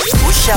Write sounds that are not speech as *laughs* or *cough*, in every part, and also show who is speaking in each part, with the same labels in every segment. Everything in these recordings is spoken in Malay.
Speaker 1: Aisyah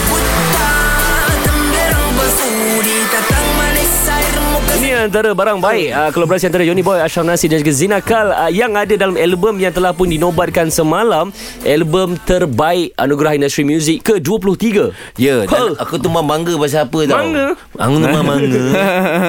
Speaker 2: Ini antara barang baik uh, Kolaborasi antara Johnny Boy, Ashraf Nasir dan juga Zinakal uh, Yang ada dalam album yang telah pun dinobatkan semalam Album terbaik Anugerah Industri Muzik ke-23
Speaker 3: Ya, dan
Speaker 2: Huh.
Speaker 3: aku tu memang bangga pasal apa tau.
Speaker 2: Bangga?
Speaker 3: Aku tu memang
Speaker 2: *laughs*
Speaker 3: bangga.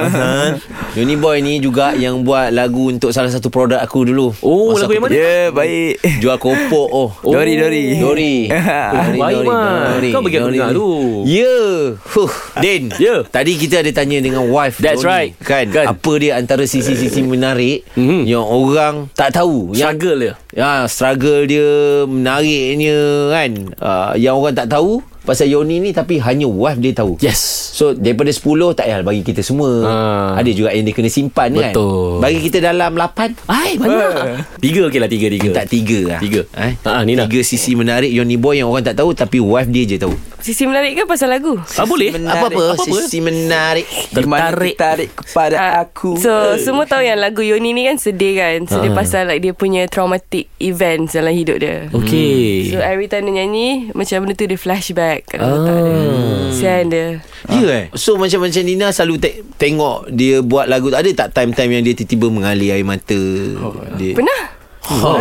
Speaker 3: Pasal Johnny Boy ni juga yang buat lagu untuk salah satu produk aku dulu.
Speaker 2: Oh, lagu
Speaker 3: aku
Speaker 2: yang mana?
Speaker 3: kerja.
Speaker 4: Ya, baik.
Speaker 3: Jual kopok oh.
Speaker 4: Dori, Dori.
Speaker 3: Dori. *laughs*
Speaker 2: baik, Mat. Kau bagi aku dengar tu.
Speaker 3: Ya. Huh. Din.
Speaker 2: Ya.
Speaker 3: Tadi kita ada tanya dengan wife
Speaker 2: That's
Speaker 3: Johnny,
Speaker 2: right.
Speaker 3: Kan?
Speaker 2: Kan.
Speaker 3: Apa dia antara sisi-sisi menarik
Speaker 2: Mhm.
Speaker 3: yang orang tak tahu. Yang
Speaker 2: Struggle dia
Speaker 3: Ya, struggle dia menariknya kan. Uh, yang orang tak tahu pasal Yoni ni tapi hanya wife dia tahu.
Speaker 2: Yes
Speaker 3: So daripada 10 tak payah bagi kita semua.
Speaker 2: Ha.
Speaker 3: Ada juga yang dia kena simpan kan.
Speaker 2: Betul.
Speaker 3: Bagi kita dalam 8.
Speaker 2: Hai,
Speaker 3: Eh.
Speaker 2: mana? Tiga okey lah, tiga, tiga
Speaker 3: Tak tiga lah
Speaker 2: Tiga.
Speaker 3: eh?
Speaker 2: Ha, Nina.
Speaker 3: Tiga sisi menarik Yoni Boy Yang orang tak tahu Tapi wife dia je tahu
Speaker 5: Sisi menarik ke pasal lagu?
Speaker 2: Ah, boleh?
Speaker 3: Apa-apa
Speaker 2: Apa-apa?
Speaker 3: Sisi menarik
Speaker 2: Tertarik.
Speaker 4: Tertarik Tertarik kepada
Speaker 5: Ah,
Speaker 4: aku
Speaker 5: So semua tahu yang lagu Yoni ni kan sedih kan Sedih pasal like dia punya traumatic events dalam hidup dia
Speaker 2: Okay
Speaker 5: So every time dia nyanyi Macam benda tu dia flashback kat dalam otak dia Sian dia
Speaker 3: Ya eh So macam-macam Nina selalu te- tengok Dia buat lagu tu. Ada tak time-time yang dia tiba-tiba Mengalir air mata oh, dia.
Speaker 5: Pernah?
Speaker 3: Oh,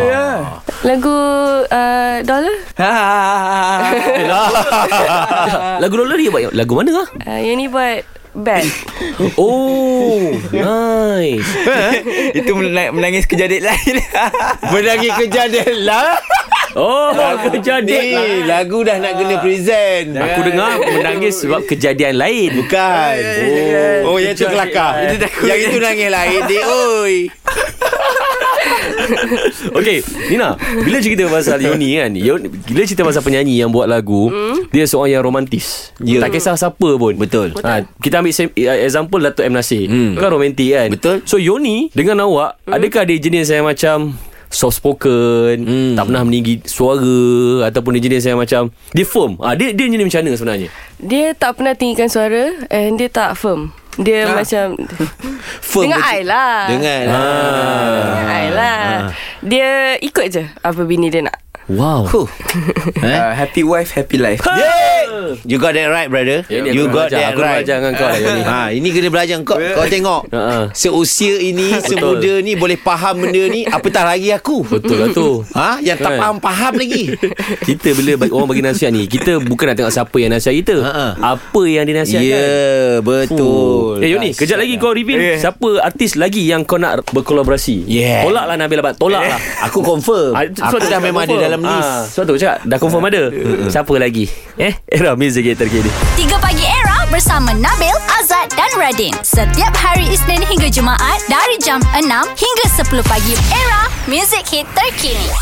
Speaker 5: Lagu uh, Dollar
Speaker 4: *laughs* Ha.
Speaker 2: Hmm. Lagu Lola dia buat lagu mana lah?
Speaker 5: uh, Yang ni buat Bad
Speaker 2: Oh Nice
Speaker 4: *laughs* Itu menang- menangis kejadian lain
Speaker 3: Menangis kejadian lah
Speaker 2: Oh kejadian
Speaker 3: Ni lagu dah nak kena present
Speaker 2: lah.
Speaker 3: Kan?
Speaker 2: Aku dengar menangis sebab kejadian lain
Speaker 3: Bukan Kan? Oh, oh yang tu kelakar
Speaker 4: Itu takut.
Speaker 3: Yang itu nangis lain
Speaker 2: *laughs*
Speaker 3: Dia oi
Speaker 2: Okay Nina Bila cerita pasal Yoni kan Yoni, Bila cerita pasal penyanyi yang buat lagu mm. Dia seorang yang romantis
Speaker 3: Hmm. Ya.
Speaker 2: Tak kisah siapa pun
Speaker 3: Betul.
Speaker 2: ha, Kita ambil sem- eh, example Dato' M. Nasir
Speaker 3: Hmm.
Speaker 2: Kan romantik kan
Speaker 3: Betul.
Speaker 2: So Yoni Dengan awak mm. Adakah dia jenis yang macam Soft spoken
Speaker 3: Hmm.
Speaker 2: Tak pernah meninggi suara Ataupun dia jenis yang macam Dia firm ha, Dia dia jenis macam mana sebenarnya
Speaker 5: Dia tak pernah tinggikan suara And dia tak firm Dia macam
Speaker 3: Ah. *laughs* Firm
Speaker 5: Dengan
Speaker 3: betul.
Speaker 5: I lah
Speaker 3: Dengan
Speaker 2: Ah.
Speaker 5: Dengan I lah Dia ikut je Apa bini dia nak
Speaker 2: Wow
Speaker 3: Huh. Eh?
Speaker 4: Ah, Happy wife happy life
Speaker 3: Ha! Yeah. You got that right brother
Speaker 2: Ya, ni aku
Speaker 3: You
Speaker 2: nak
Speaker 3: got
Speaker 2: belajar.
Speaker 3: that
Speaker 2: Aku nak
Speaker 3: right
Speaker 2: belajar dengan kau lah, Johnny.
Speaker 3: ha, Ini kena belajar kau Kau tengok
Speaker 2: Ha, ha.
Speaker 3: Seusia ini Semuda ni Boleh faham benda ni Apatah lagi aku
Speaker 2: Betul lah tu
Speaker 3: Ha? Yang tak
Speaker 2: Kan?
Speaker 3: faham-faham lagi
Speaker 2: *laughs* Kita bila bagi, orang bagi nasihat ni Kita bukan nak tengok siapa yang nasihat kita
Speaker 3: Ha-ha.
Speaker 2: Apa yang dia
Speaker 3: Ha, Ya
Speaker 2: nasihatkan
Speaker 3: yeah, Betul
Speaker 2: Eh Yoni Kejap lagi kau reveal
Speaker 4: Eh.
Speaker 2: Siapa artis lagi Yang kau nak berkolaborasi
Speaker 3: Yeah.
Speaker 2: Tolak lah Nabil Abad Tolak lah
Speaker 3: Ah, Aku confirm
Speaker 2: Ah, sebab
Speaker 3: Aku
Speaker 2: tu
Speaker 3: dah
Speaker 2: cakap
Speaker 3: memang ada
Speaker 2: confirm.
Speaker 3: dalam list Eh.
Speaker 2: ah, Sebab tu aku cakap Dah confirm ada Siapa lagi
Speaker 3: *laughs*
Speaker 2: Eh Era Music Hater kini
Speaker 6: 3 Pagi Era bersama Nabil, Azad dan Radin. Setiap hari Isnin hingga Jumaat dari jam 6 hingga 10 pagi. Era, music hit terkini.